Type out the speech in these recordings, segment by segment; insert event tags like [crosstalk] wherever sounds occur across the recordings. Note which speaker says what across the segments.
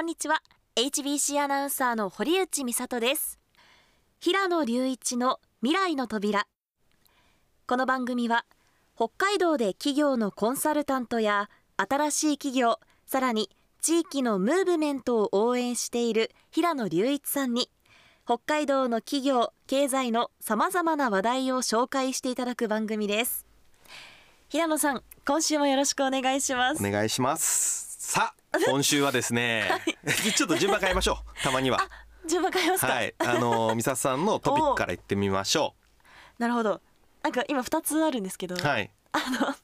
Speaker 1: んにちは HBC アナウンサーの堀内美里です平野隆一の未来の扉この番組は北海道で企業のコンサルタントや新しい企業さらに地域のムーブメントを応援している平野隆一さんに北海道の企業経済のさまざまな話題を紹介していただく番組です平野さん今週もよろしくお願いします
Speaker 2: お願いしますさあ今週はですね、ちょっと順番変えましょうたまには
Speaker 1: 順番変えますか、
Speaker 2: はいあの美里さんのトピックからいってみましょ
Speaker 1: なるほどなんか今二つあるんですけど、
Speaker 2: うはい
Speaker 1: あの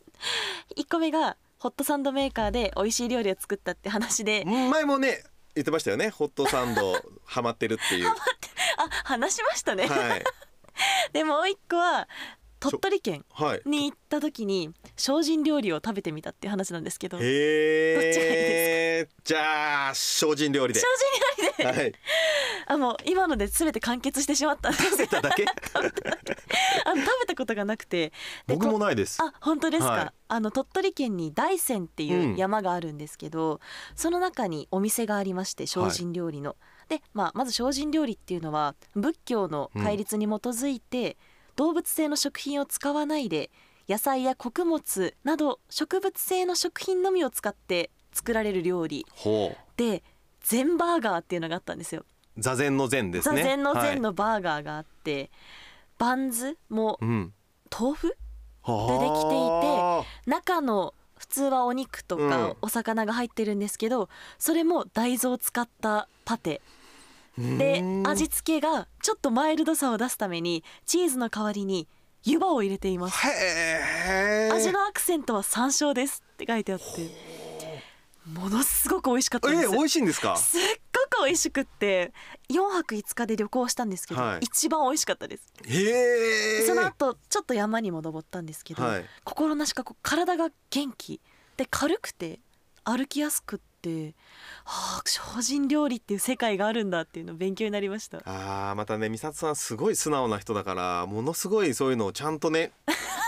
Speaker 1: 一個目がホットサンドメーカーで美味しい料理を作ったって話で
Speaker 2: 前もね言ってましたよねホットサンド [laughs] ハマってるっていう
Speaker 1: あ話しましたね、
Speaker 2: はい
Speaker 1: でももう一個は鳥取県
Speaker 2: はい
Speaker 1: に行った時に精進料理を食べてみたっていう話なんですけど精どっちがいい
Speaker 2: へえじゃあ精進料理で
Speaker 1: 進料理で
Speaker 2: はい
Speaker 1: あもう今ので全て完結してしまったん
Speaker 2: [laughs]
Speaker 1: です
Speaker 2: 食べただけ
Speaker 1: あの食べたことがなくてで
Speaker 2: 僕もないです
Speaker 1: あ本当ですか、
Speaker 2: はい
Speaker 1: あの鳥取県に大山っていう山があるんですけど、その中にお店がありまして精進料理の、で、まあ、まず精進料理っていうのは仏教の戒律に基づいて、動物性の食品を使わないで野菜や穀物など植物性の食品のみを使って作られる料理
Speaker 2: ほう
Speaker 1: で禅バーガーっていうのがあったんですよ。
Speaker 2: 座禅の禅です
Speaker 1: 座
Speaker 2: ね
Speaker 1: 禅の禅
Speaker 2: の、
Speaker 1: のバーガーがあって、バンズも
Speaker 2: はい、うん
Speaker 1: 豆腐
Speaker 2: 出
Speaker 1: できていて中の普通はお肉と
Speaker 2: う
Speaker 1: か
Speaker 2: ん
Speaker 1: お魚が入ってるんですけど、それも大豆を使ったパテで味付けがちょっとマイルドさを出すためにチーズの代わりに湯葉を入れています
Speaker 2: へえ
Speaker 1: 味のアクセントは山椒ですって書いてあってものすごく美味しかったで
Speaker 2: え
Speaker 1: す
Speaker 2: ー、美味しいんですか
Speaker 1: すっごく美味しくって4泊5日で旅行したんですけど、
Speaker 2: はい
Speaker 1: 一番美味しかったです
Speaker 2: へえ
Speaker 1: その後ちょっと山にも登ったんですけど、
Speaker 2: はい
Speaker 1: 心なしかこう体が元気で軽くて歩きやすくって、はあ、精進料理っていう世界があるんだっていうのを勉強になりました
Speaker 2: あーまたね美里さんすごい素直な人だからものすごいそういうのをちゃんと
Speaker 1: [laughs]
Speaker 2: ね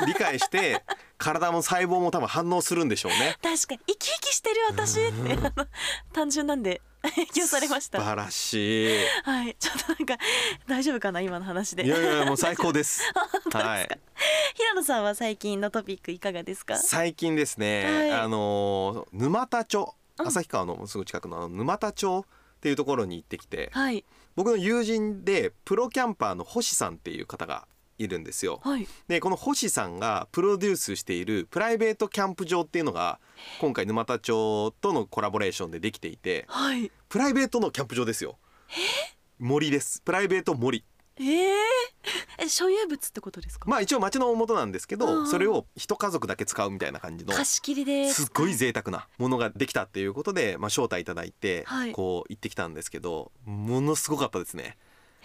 Speaker 2: 理解して体も細胞も多分反応するんでしょうね。
Speaker 1: 確かに生き生きしてる私ってあの単純なんで影響されまし
Speaker 2: 素
Speaker 1: た
Speaker 2: 晴らしい。
Speaker 1: はいちょっとなんか大丈夫かな今の話で
Speaker 2: いやいやいやもう最
Speaker 1: [laughs]
Speaker 2: 高です。はい。
Speaker 1: 平野さんは最近のトピックいかがですか
Speaker 2: 最近ですね、
Speaker 1: はい
Speaker 2: あのー沼田町
Speaker 1: うん
Speaker 2: 旭川のすぐ近くのあの沼田町っていうところに行ってきて
Speaker 1: はい
Speaker 2: 僕の友人でプロキャンパーの星さんっていう方がいるんですよ。
Speaker 1: はい
Speaker 2: でこの星さんがプロデュースしているプライベートキャンプ場っていうのが今回沼田町とのコラボレーションでできていて
Speaker 1: はい
Speaker 2: プライベートのキャンプ場ですよ森ですプライベート森
Speaker 1: えー、え所有物ってことですか、
Speaker 2: まあ一応町の元なんですけ
Speaker 1: うんう
Speaker 2: ど
Speaker 1: ん
Speaker 2: それを一家族だけ使うみたいな感じの
Speaker 1: 貸し切りです
Speaker 2: っごい贅沢なものができたっていうことで、まあ、招待いただいて
Speaker 1: はい
Speaker 2: こう行ってきたんですけどものすごかったですね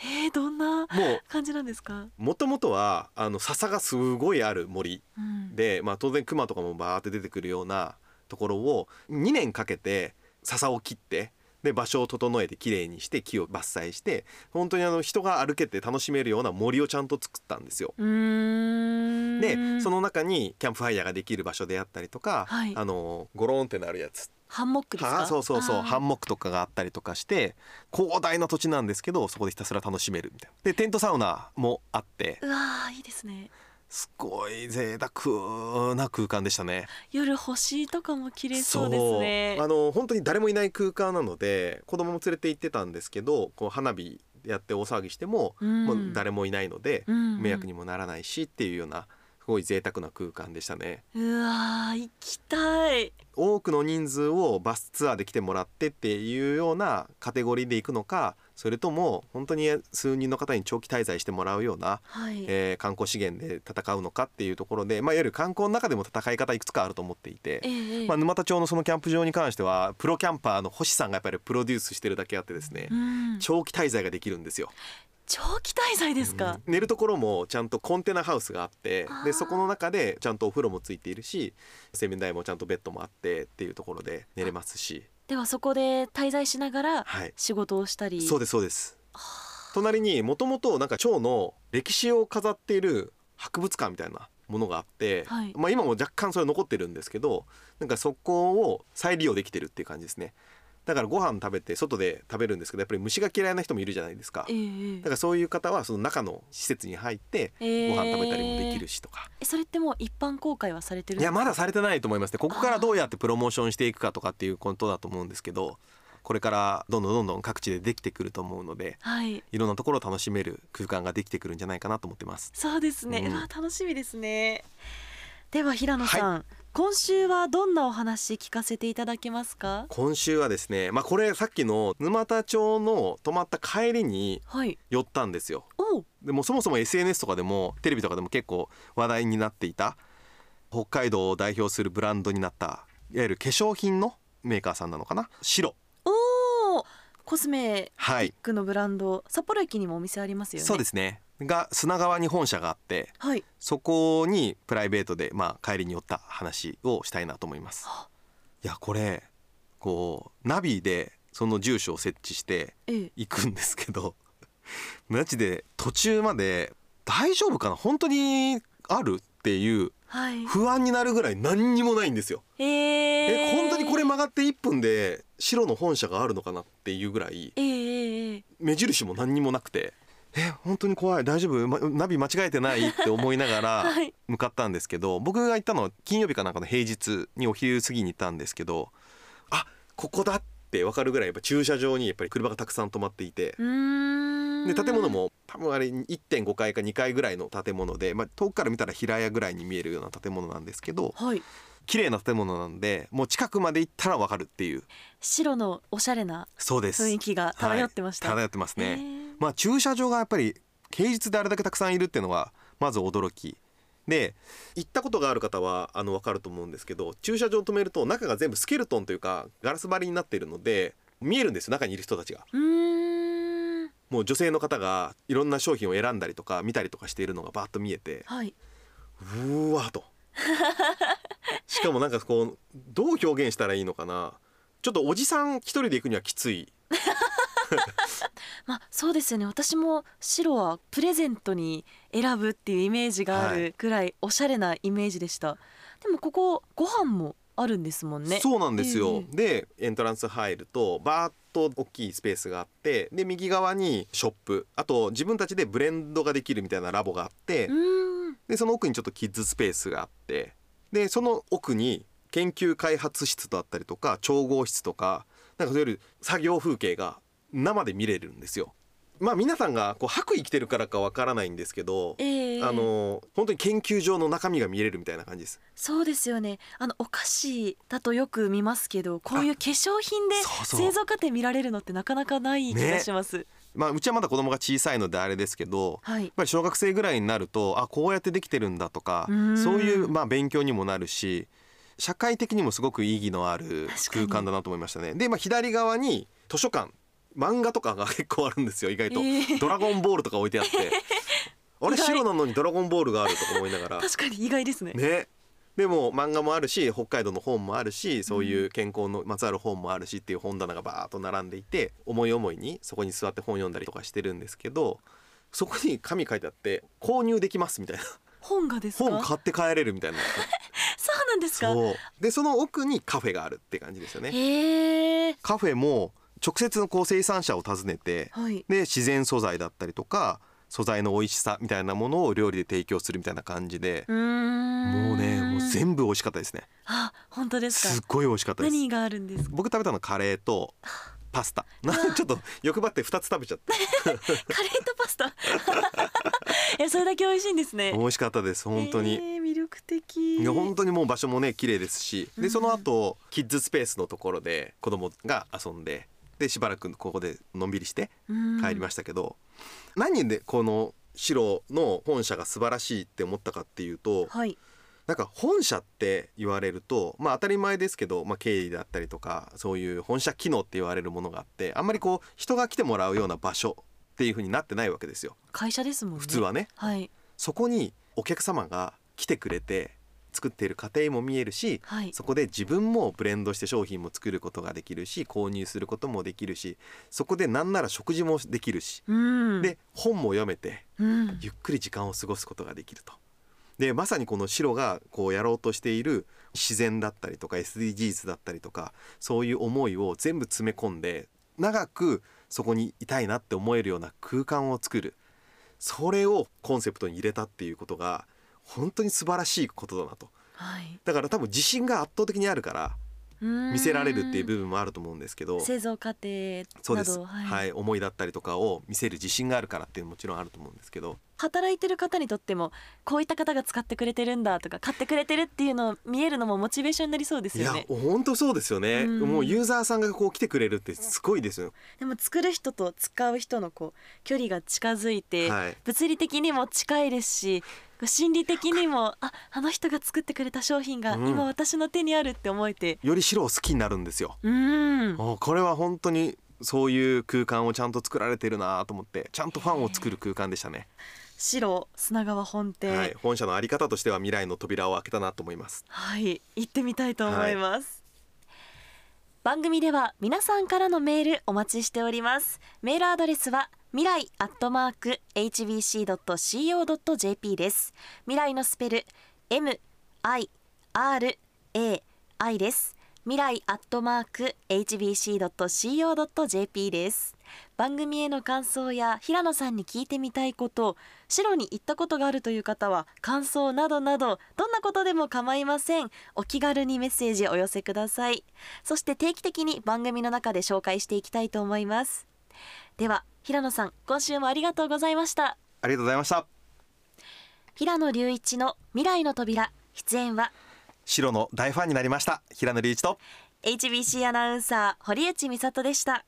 Speaker 1: えー、どんな
Speaker 2: もう
Speaker 1: 感じなんですか、
Speaker 2: もともとはあの笹がすごいある森
Speaker 1: うん、
Speaker 2: で、まあ、当然クマとかもバーって出てくるようなところを2年かけて笹を切ってで場所を整えてきれいにして木を伐採して本当にあの人が歩けて楽しめるような森をちゃんと作ったんですよ。
Speaker 1: うーん
Speaker 2: でその中にキャンプファイヤーができる場所であったりとか、
Speaker 1: はい
Speaker 2: あのゴローンってなるやつ
Speaker 1: ハンモックですか
Speaker 2: そうそうそう
Speaker 1: あー
Speaker 2: ハンモックとかがあったりとかして広大な土地なんですけどそこでひたすら楽しめるみたいな。でテントサウナもあって
Speaker 1: うわーいいですね
Speaker 2: すごい贅沢な空間でしたね。
Speaker 1: 夜星とかも綺麗そうですね
Speaker 2: そうあの本当に誰もいない空間なので子供も連れて行ってたんですけどこう花火やって大騒ぎしても、
Speaker 1: うん
Speaker 2: もう誰もいないので、
Speaker 1: うんうん
Speaker 2: 迷惑にもならないしっていうようなすごい贅沢な空間でしたね。
Speaker 1: うわー行きたい
Speaker 2: 多くの人数をバスツアーで来てもらってっていうようなカテゴリーで行くのかそれとも本当に数人の方に長期滞在してもらうような、
Speaker 1: はい、
Speaker 2: えー観光資源で戦うのかっていうところで、まあ、いわゆる観光の中でも戦い方いくつかあると思ってい
Speaker 1: え
Speaker 2: て。
Speaker 1: えええ
Speaker 2: まあ、沼田町のそのキャンプ場に関してはプロキャンパーの星さんがやっぱりプロデュースしてるだけあってですね、
Speaker 1: うん、
Speaker 2: 長期滞在ができるんですよ
Speaker 1: 長期滞在ですか、
Speaker 2: 寝るところもちゃんとコンテナハウスがあって
Speaker 1: あー
Speaker 2: でそこの中でちゃんとお風呂もついているし洗面台もちゃんとベッドもあってっていうところで寝れますし
Speaker 1: ではそこで滞在しながら
Speaker 2: はい
Speaker 1: 仕事をしたり、
Speaker 2: そうですそうです隣にもともとなんか町の歴史を飾っている博物館みたいなものがあって、
Speaker 1: はい
Speaker 2: まあ今も若干それ残ってるんですけどなんかそこを再利用できてるっていう感じですねだからご飯食べて外で食べるんですけどやっぱり虫が嫌いな人もいるじゃないですか
Speaker 1: え
Speaker 2: だ
Speaker 1: え
Speaker 2: からそういう方はその中の施設に入ってご
Speaker 1: ええ
Speaker 2: 飯食べたりもできるしとか、
Speaker 1: えそれってもう一般公開はされてるん
Speaker 2: い
Speaker 1: です
Speaker 2: や
Speaker 1: か
Speaker 2: まだされてないと思いますねここからどうやってプロモーションしていくかとかっていうことだと思うんですけどこれからどんどんどんどん各地でできてくると思うので
Speaker 1: はい
Speaker 2: いろんなところを楽しめる空間ができてくるんじゃないかなと思ってます
Speaker 1: そうですね、
Speaker 2: うん
Speaker 1: うわ楽しみですねでは平野さん、今週はどんなお話聞かせていただけますか
Speaker 2: 今週はですねまあこれさっきの沼田町の泊まった帰りに
Speaker 1: はい
Speaker 2: 寄ったんですよ
Speaker 1: おう
Speaker 2: でもそもそも SNS とかでもテレビとかでも結構話題になっていた北海道を代表するブランドになったいわゆる化粧品のメーカーさんなのかな白
Speaker 1: おーコスメ
Speaker 2: はい
Speaker 1: ックのブランド札幌駅にもお店ありますよね
Speaker 2: そうですすねが砂川に本社があって
Speaker 1: はい
Speaker 2: そこにプライベートでまあ帰りに寄った話をしたいなと思います
Speaker 1: あ
Speaker 2: いやこれこうナビでその住所を設置して
Speaker 1: ええ
Speaker 2: 行くんですけど [laughs] マジで途中まで大丈夫かな本当にあるっていう
Speaker 1: はい
Speaker 2: 不安になるぐらい何にもないんですよ。
Speaker 1: えー、
Speaker 2: え本当にこれ曲がって1分で白の本社があるのかなっていうぐらい
Speaker 1: ええええ
Speaker 2: 目印も何にもなくてえ本当に怖い大丈夫、まナビ間違えてないって思いなが
Speaker 1: [laughs]
Speaker 2: ら
Speaker 1: はい
Speaker 2: 向かったんですけど、僕が行ったのは金曜日かなんかの平日にお昼過ぎに行ったんですけどあここだって分かるぐらいやっぱ駐車場にやっぱり車がたくさん止まっていて
Speaker 1: うーん
Speaker 2: で建物も多分あれ1.5階か2階ぐらいの建物で、まあ、遠くから見たら平屋ぐらいに見えるような建物なんですけど
Speaker 1: はい
Speaker 2: 綺麗な建物なんでもう近くまで行ったら分かるっていう
Speaker 1: 白のおしゃれな
Speaker 2: そうです
Speaker 1: 雰囲気が漂ってました、
Speaker 2: はい漂ってますね、
Speaker 1: えー
Speaker 2: まあ駐車場がやっぱり平日であれだけたくさんいるっていうのはまず驚きで行ったことがある方はあの分かると思うんですけど駐車場を止めると中が全部スケルトンというかガラス張りになっているので見えるんですよ中にいる人たちが
Speaker 1: うーん
Speaker 2: もう女性の方がいろんな商品を選んだりとか見たりとかしているのがバーッと見えて
Speaker 1: はいう
Speaker 2: ーわーとしかもなんかこうどう表現したらいいのかなちょっとおじさん一人で行くにはきつい
Speaker 1: まあそうですよね私も白はプレゼントに選ぶっていうイメージがあ
Speaker 2: は
Speaker 1: るくらいおしゃれなイメージでした、でもここご飯もあるんですもんね
Speaker 2: そうなんですよ、
Speaker 1: え
Speaker 2: でエントランス入るとバーッと大きいスペースがあってで右側にショップあと自分たちでブレンドができるみたいなラボがあって、
Speaker 1: うーん
Speaker 2: でその奥にちょっとキッズスペースがあってでその奥に研究開発室だったりとか調合室とかなんかそういう作業風景が生で見れるんですよ。まあ皆さんがこう白衣着てるからかわからないんですけど、
Speaker 1: ええ
Speaker 2: あの本当に研究所の中身が見れるみたいな感じです。
Speaker 1: そうですよねあのお菓子だとよく見ますけどこういう化粧品で
Speaker 2: そうそう
Speaker 1: 製造過程見られるのってなかなかない気がします、
Speaker 2: まあうちはまだ子供が小さいのであれですけど、
Speaker 1: はい
Speaker 2: やっぱり小学生ぐらいになるとあこうやってできてるんだとか
Speaker 1: うん
Speaker 2: そういうまあ勉強にもなるし社会的にもすごく意義のある
Speaker 1: 確かに
Speaker 2: 空間だなと思いましたね。で、まあ、左側に図書館漫画とかが結構あるんですよ意外と、
Speaker 1: ええ
Speaker 2: ドラゴンボール」とか置
Speaker 1: [laughs]
Speaker 2: いてあってあ
Speaker 1: 意
Speaker 2: れ
Speaker 1: 外
Speaker 2: 白なのに「ドラゴンボール」があるとか思いながら。
Speaker 1: 確かに意外ですね
Speaker 2: ねでも漫画もあるし北海道の本もあるしそういう健康のまつわる本もあるしっていう本棚がバーッと並んでいて思い思いにそこに座って本読んだりとかしてるんですけどそこに紙書いてあって「購入できます」みたいな
Speaker 1: 本がですか
Speaker 2: 本買って帰れるみたいな
Speaker 1: そうなんですか
Speaker 2: そうでその奥にカフェがあるって感じですよね。
Speaker 1: へえ
Speaker 2: カフェも直接のこう生産者を訪ねて
Speaker 1: はい
Speaker 2: で自然素材だったりとか素材の美味しさみたいなものを料理で提供するみたいな感じで
Speaker 1: うーん
Speaker 2: もうねもう全部美味しかったですね。
Speaker 1: あ本当ですか
Speaker 2: すっごい美味しかったです
Speaker 1: 何があるんですか [laughs]
Speaker 2: 僕食べたのカレーと
Speaker 1: [sighs]
Speaker 2: パスタな [laughs] ちょっと欲張って2つ食べち
Speaker 1: [laughs]
Speaker 2: ゃって
Speaker 1: カレーとパスタ [laughs] えそれだけ美味しいんですね
Speaker 2: 美味しかったです本当に、
Speaker 1: えー魅力的
Speaker 2: いや本当にもう場所もね綺麗ですし
Speaker 1: う
Speaker 2: で
Speaker 1: ん
Speaker 2: その後キッズスペースのところで子供が遊んででしばらくここでのんびりして帰りま
Speaker 1: し
Speaker 2: したけど、何でこの白の本社が素晴らしいって思ったかっていうと
Speaker 1: はい
Speaker 2: なんか本社って言われるとまあ当たり前ですけど、まあ、経理だったりとかそういう本社機能って言われるものがあってあんまりこう人が来てもらうような場所っていう風になってないわけですよ
Speaker 1: 会社ですもんね
Speaker 2: 普通はね。
Speaker 1: はい
Speaker 2: そこにお客様が来てくれて作っている過程も見えるし
Speaker 1: はい
Speaker 2: そこで自分もブレンドして商品も作ることができるし購入することもできるしそこでなんなら食事もできるし、
Speaker 1: うん
Speaker 2: で本も読めて
Speaker 1: うん
Speaker 2: ゆっくり時間を過ごすことができるとでまさにこの白がこうやろうとしている自然だったりとか SDGs だったりとかそういう思いを全部詰め込んで長くそこにいたいなって思えるような空間を作るそれをコンセプトに入れたっていうことが本当に素晴らしいことだなと
Speaker 1: はい、
Speaker 2: だから多分自信が圧倒的にあるから見
Speaker 1: 見
Speaker 2: せられるっていう部分もあると思うんですけど
Speaker 1: 製造過程
Speaker 2: そう
Speaker 1: な
Speaker 2: です、
Speaker 1: ど、
Speaker 2: は
Speaker 1: はいい
Speaker 2: 思いだったりとかを見せる自信があるからっていうのももちろんあると思うんですけど
Speaker 1: 働いてる方にとってもこういった方が使ってくれてるんだとか買ってくれてるっていうのを見えるのもモチベーションになりそうです
Speaker 2: いや
Speaker 1: よね
Speaker 2: 本当そうですよね、
Speaker 1: うん
Speaker 2: もうユーザーさんがこう来てくれるってすごいですよ、
Speaker 1: でも作る人と使う人のこう距離が近づいて、
Speaker 2: はい
Speaker 1: 物理的にも近いですし心理的にもああの人が作ってくれた商品が
Speaker 2: うん
Speaker 1: 今私の手にあるって思えて
Speaker 2: より白を好きになるんですよ、
Speaker 1: うん
Speaker 2: もうこれは本当にそういう空間をちゃんと作られてるなと思ってちゃんとファンを作る空間でしたね、
Speaker 1: 白砂川本店
Speaker 2: はい、本社のあり方としては未来の扉を開けたなと思います
Speaker 1: はい、行ってみたいと思います。番組では皆さんからのメールお待ちしております。メールアドレスは未来アットマーク hbc ドット co ドット jp です。未来のスペル m i r a i です。未来アットマーク hbc ドット co ドット jp です。番組への感想や平野さんに聞いてみたいこと白に行ったことがあるという方は感想などなどどんなことでも構いませんお気軽にメッセージお寄せくださいそして定期的に番組の中で紹介していきたいと思いますでは平野さん今週もありがとうございました
Speaker 2: ありがとうございました
Speaker 1: 平野隆一の未来の扉出演は
Speaker 2: 白の大ファンになりました平野隆一と
Speaker 1: HBC アナウンサー堀内美里でした